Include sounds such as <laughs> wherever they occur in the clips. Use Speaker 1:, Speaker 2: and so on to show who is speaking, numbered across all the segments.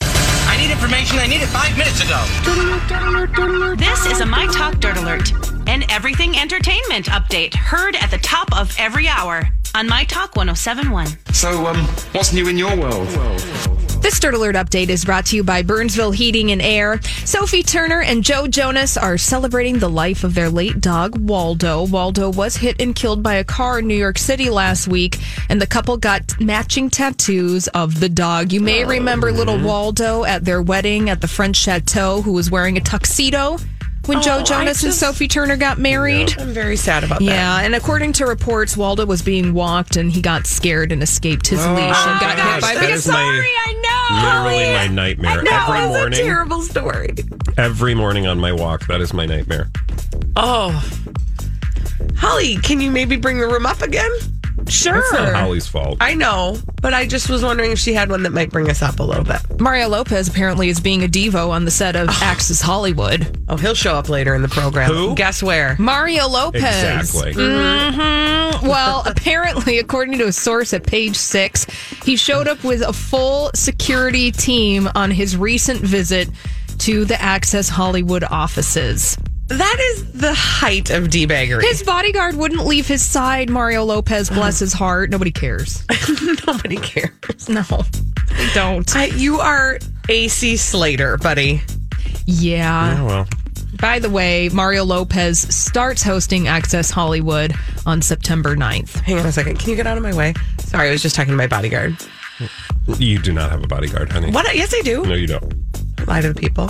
Speaker 1: I need information I needed five minutes ago.
Speaker 2: This is a My Talk Dirt Alert, an everything entertainment update heard at the top of every hour on My Talk 1071.
Speaker 3: So, um, what's new in your world?
Speaker 4: This Dirt Alert update is brought to you by Burnsville Heating and Air. Sophie Turner and Joe Jonas are celebrating the life of their late dog, Waldo. Waldo was hit and killed by a car in New York City last week, and the couple got matching tattoos of the dog. You may
Speaker 5: Oh.
Speaker 4: remember little Waldo at their wedding at the French Chateau, who was wearing a tuxedo when
Speaker 5: Oh,
Speaker 4: Joe Jonas and Sophie Turner got married.
Speaker 5: I'm very sad about that.
Speaker 4: Yeah, and according to reports, Waldo was being walked and he got scared and escaped his
Speaker 5: Oh,
Speaker 4: leash and got hit by
Speaker 6: that
Speaker 4: because
Speaker 6: is my- Literally my nightmare. every morning,
Speaker 4: terrible story.
Speaker 6: every morning on my walk, that is my nightmare.
Speaker 5: Oh. Holly, can you maybe bring the room up again? Sure.
Speaker 6: It's not Holly's fault.
Speaker 5: I know, but I just was wondering if she had one that might bring us up a little bit.
Speaker 4: Mario Lopez apparently is being a divo on the set of Axis Hollywood.
Speaker 5: Oh, he'll show up later in the program.
Speaker 6: Who?
Speaker 5: Guess where?
Speaker 4: Mario Lopez.
Speaker 6: exactly.
Speaker 5: Mm.
Speaker 4: Mm, Well, <laughs> apparently, according to a source at page six, he showed up with a full security team on his recent visit to the Access Hollywood offices.
Speaker 5: That is the height of debaggery.
Speaker 4: His bodyguard wouldn't leave his side. Mario Lopez, bless his heart. Nobody cares.
Speaker 5: Nobody cares.
Speaker 4: <laughs> No, they don't.
Speaker 5: I, you are AC Slater, buddy.
Speaker 4: Yeah.
Speaker 6: Oh, well.
Speaker 4: By the way, Mario Lopez starts hosting Access Hollywood on September 9th.
Speaker 5: Hang on a second. Can you get out of my way? Sorry, I was just talking to my bodyguard.
Speaker 6: You do not have a bodyguard, honey.
Speaker 5: What? Yes, I do.
Speaker 6: No, you don't.
Speaker 5: Lie to the people.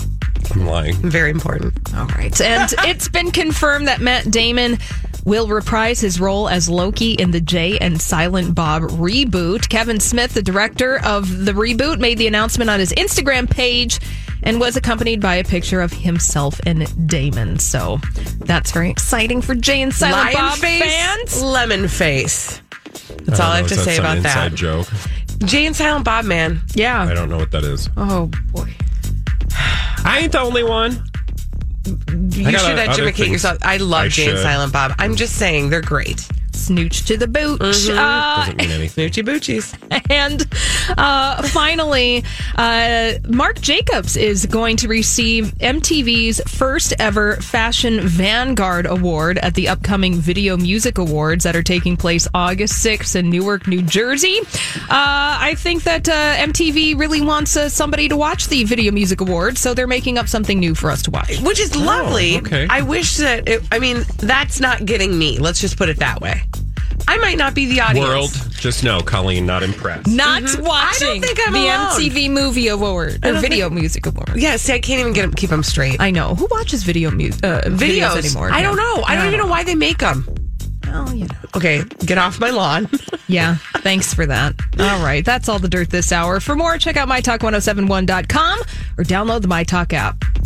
Speaker 6: I'm lying.
Speaker 5: Very important.
Speaker 4: All right.
Speaker 5: <laughs>
Speaker 4: And it's been confirmed that Matt Damon will reprise his role as Loki in the Jay and Silent Bob reboot. Kevin Smith, the director of the reboot, made the announcement on his Instagram page and was accompanied by a picture of himself and Damon. So that's very exciting for Jay and Silent
Speaker 5: Lion
Speaker 4: Bob
Speaker 5: face,
Speaker 4: fans.
Speaker 5: lemon face. That's all I
Speaker 6: don't
Speaker 5: have
Speaker 6: know
Speaker 5: to
Speaker 6: if
Speaker 5: say
Speaker 6: that's an
Speaker 5: about
Speaker 6: inside
Speaker 5: that.
Speaker 6: joke.
Speaker 5: Jay and Silent Bob, man.
Speaker 6: I
Speaker 4: Yeah.
Speaker 6: don't know what that is.
Speaker 4: Oh boy.
Speaker 6: I ain't the only one.
Speaker 5: You
Speaker 6: got
Speaker 5: should
Speaker 6: other
Speaker 5: educate
Speaker 6: things
Speaker 5: yourself. I love
Speaker 6: I
Speaker 5: Jay and
Speaker 6: should.
Speaker 5: Silent Bob. I'm just saying they're great.
Speaker 4: Snooch to the boot.
Speaker 5: Mm-hmm.
Speaker 4: Uh,
Speaker 6: Doesn't mean anything.
Speaker 5: Snoochie Boochies.
Speaker 4: <laughs> And uh, finally, uh, Mark Jacobs is going to receive MTV's first ever Fashion Vanguard Award at the upcoming Video Music Awards that are taking place August 6th in Newark, New Jersey. Uh, I think that uh, MTV really wants uh, somebody to watch the Video Music Awards, so they're making up something new for us to watch.
Speaker 5: Which is lovely.
Speaker 6: Oh, okay.
Speaker 5: I wish that it, I mean, that's not getting me. Let's just put it that way. I might not be the audience.
Speaker 6: World, just no, Colleen, not impressed.
Speaker 4: Not
Speaker 5: Mm-hmm. I
Speaker 4: watching
Speaker 5: don't think I'm
Speaker 4: the
Speaker 5: alone.
Speaker 4: MTV Movie Award or Video Music Award.
Speaker 5: Yeah, see, I can't even get 'em- keep them straight.
Speaker 4: I know. Who watches video mu- uh, videos.
Speaker 5: Videos.
Speaker 4: anymore?
Speaker 5: I don't know. I don't even know why they make them.
Speaker 4: Oh, you know.
Speaker 5: Okay, get off my lawn. <laughs>
Speaker 4: Yeah. Thanks for that. All right. oh That's all the dirt this hour. For more, check out mytalk1071.com or download the MyTalk app.